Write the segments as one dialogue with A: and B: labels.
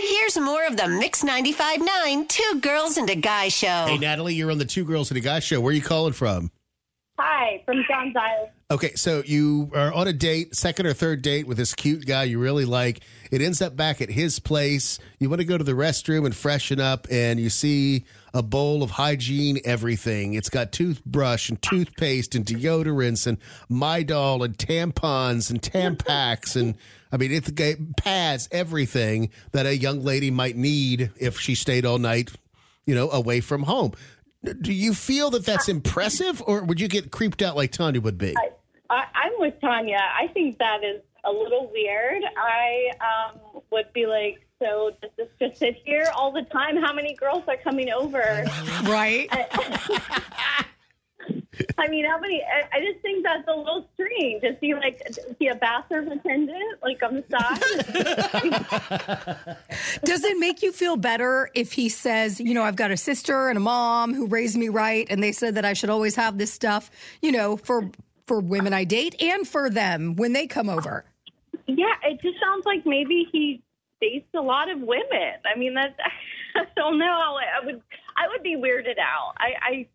A: Here's more of the Mix 95.9 Two Girls and a Guy show.
B: Hey, Natalie, you're on the Two Girls and a Guy show. Where are you calling from?
C: Hi, from John's Island.
B: Okay, so you are on a date, second or third date with this cute guy you really like. It ends up back at his place. You want to go to the restroom and freshen up, and you see a bowl of hygiene everything. It's got toothbrush and toothpaste and deodorants and Midol and tampons and Tampax and I mean, it's got pads, everything that a young lady might need if she stayed all night, you know, away from home. Do you feel that that's impressive, or would you get creeped out like Tanya would be?
C: I, I'm with Tanya. I think that is a little weird. I um, would be like, so does this just sit here all the time? How many girls are coming over?
D: Right?
C: I mean, how many? I, I just think that's a little strange. Is he like, is he a bathroom attendant, like on the side?
D: Does it make you feel better if he says, you know, I've got a sister and a mom who raised me right, and they said that I should always have this stuff, you know, for for women I date and for them when they come over?
C: yeah, it just sounds like maybe he dates a lot of women. I mean, that I don't know. I would, I would be weirded out. I, I,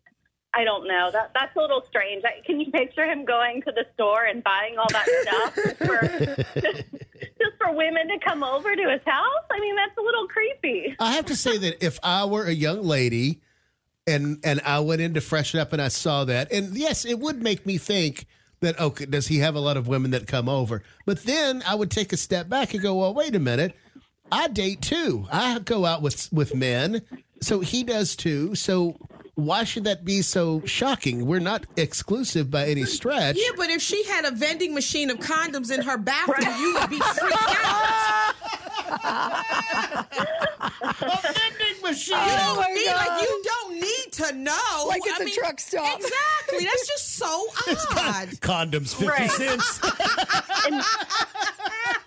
C: I don't know. That that's a little strange. I, can you picture him going to the store and buying all that stuff just for, just for women to come over to his house? I mean, that's a little creepy.
B: I have to say that if I were a young lady and and I went in to freshen up and I saw that, and yes, it would make me think that okay, does he have a lot of women that come over? But then I would take a step back and go, well, wait a minute, I date too. I go out with with men, so he does too. So why should that be so shocking? We're not exclusive by any stretch.
E: Yeah, but if she had a vending machine of condoms in her bathroom, you would be freaked out.
B: Vending machine.
E: You don't need- like you don't need to know.
D: Like it's
E: a
D: a truck stop.
E: Exactly. That's just so odd.
B: Condoms, fifty
C: Right.
B: cents.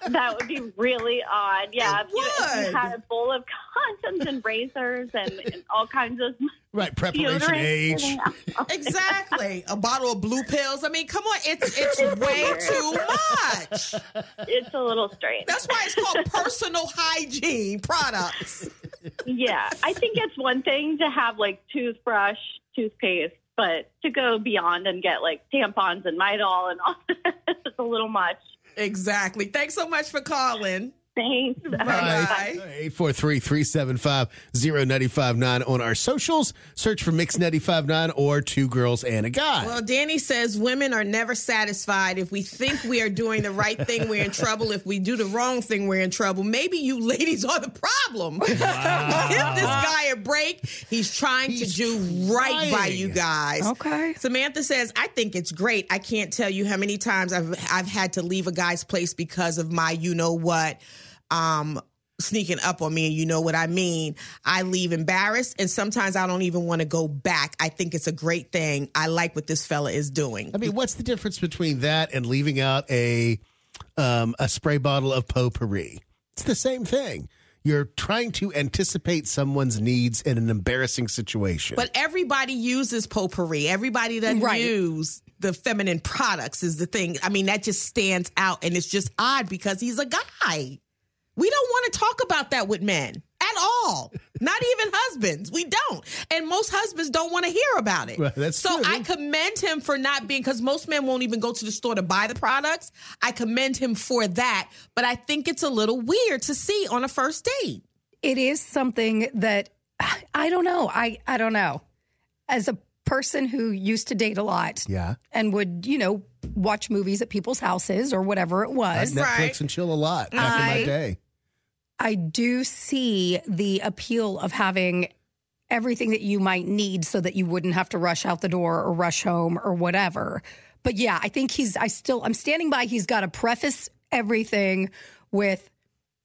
C: That would be really odd. Yeah, if you, if
E: would.
C: you had a bowl of condoms and razors and, and all kinds of
B: right, preparation
C: deodorant.
B: age.
E: Exactly. A bottle of blue pills. I mean, come on, it's it's way too much.
C: It's a little strange.
E: That's why it's called personal hygiene products.
C: Yeah, I think it's one thing to have like toothbrush, toothpaste, but to go beyond and get like tampons and Midol and all that is a little much.
E: Exactly. Thanks so much for calling.
C: Thanks.
E: Bye.
B: 843-375-0959 on our socials. Search for Mix 959 or Two Girls and a Guy.
E: Well, Danny says women are never satisfied. If we think we are doing the right thing, we're in trouble. If we do the wrong thing, we're in trouble. Maybe you ladies are the problem. Give this guy a break. He's trying
B: He's
E: to do right by
B: trying.
E: you guys.
D: Okay.
E: Samantha says, "I think it's great. I can't tell you how many times I've I've had to leave a guy's place because of my you know what." Um, sneaking up on me and you know what I mean. I leave embarrassed and sometimes I don't even want to go back. I think it's a great thing. I like what this fella is doing.
B: I mean, what's the difference between that and leaving out a um, a spray bottle of potpourri? It's the same thing. You're trying to anticipate someone's needs in an embarrassing situation.
E: But everybody uses potpourri. Everybody doesn't
D: Right.
E: use the feminine products is the thing. I mean, that just stands out and it's just odd because he's a guy. We don't want to talk about that with men at all. Not even husbands. We don't. And most husbands don't want to hear about it.
B: Right, that's
E: so
B: true.
E: I commend him for not being because most men won't even go to the store to buy the products. I commend him for that. But I think it's a little weird to see on a first date.
D: It is something that I don't know. I I don't know. As a person who used to date a lot
B: yeah.
D: and would, you know, watch movies at people's houses or whatever it
B: I
D: was.
B: Netflix
E: right.
B: and chill a lot back in my
D: I-
B: day.
D: I do see the appeal of having everything that you might need so that you wouldn't have to rush out the door or rush home or whatever. But yeah, I think he's, I still, I'm standing by. He's got to preface everything with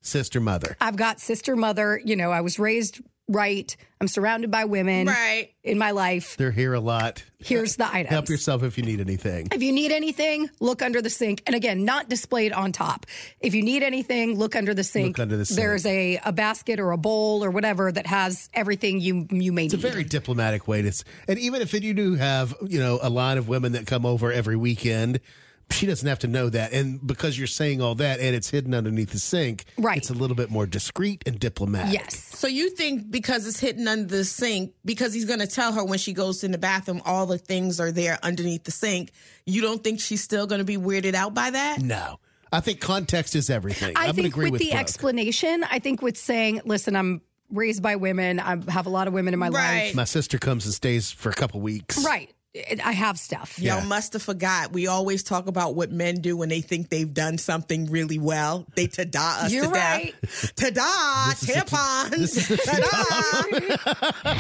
B: Sister mother.
D: I've got sister, mother, you know, I was raised right. I'm surrounded by women
E: Right.
D: in my life.
B: They're here a lot.
D: Here's the items.
B: Help yourself if you need anything.
D: If you need anything, look under the sink. And again, not displayed on top. If you need anything, look under the sink.
B: Look under the sink.
D: There's a, a basket or a bowl or whatever that has everything you you may need.
B: It's a very diplomatic way to, s- and even if you do have, you know, a line of women that come over every weekend, she doesn't have to know that. And because you're saying all that and it's hidden underneath the sink,
D: Right.
B: it's a little bit more discreet and diplomatic.
D: Yes.
E: So you think because it's hidden under the sink, because he's going to tell her when she goes in the bathroom, all the things are there underneath the sink. You don't think she's still going to be weirded out by that?
B: No. I think context is everything.
D: I
B: am
D: think
B: agree
D: with,
B: with
D: the
B: Brooke.
D: explanation, I think with saying, listen, I'm raised by women, I have a lot of women in my
E: Right.
D: life.
B: My sister comes and stays for a couple weeks.
D: Right. It- I have stuff.
B: Yeah.
E: Y'all must have forgot. We always talk about what men do when they think they've done something really well. They ta-da us
D: You're
E: to
D: right.
E: death. Ta-da, tampons. Ta-da.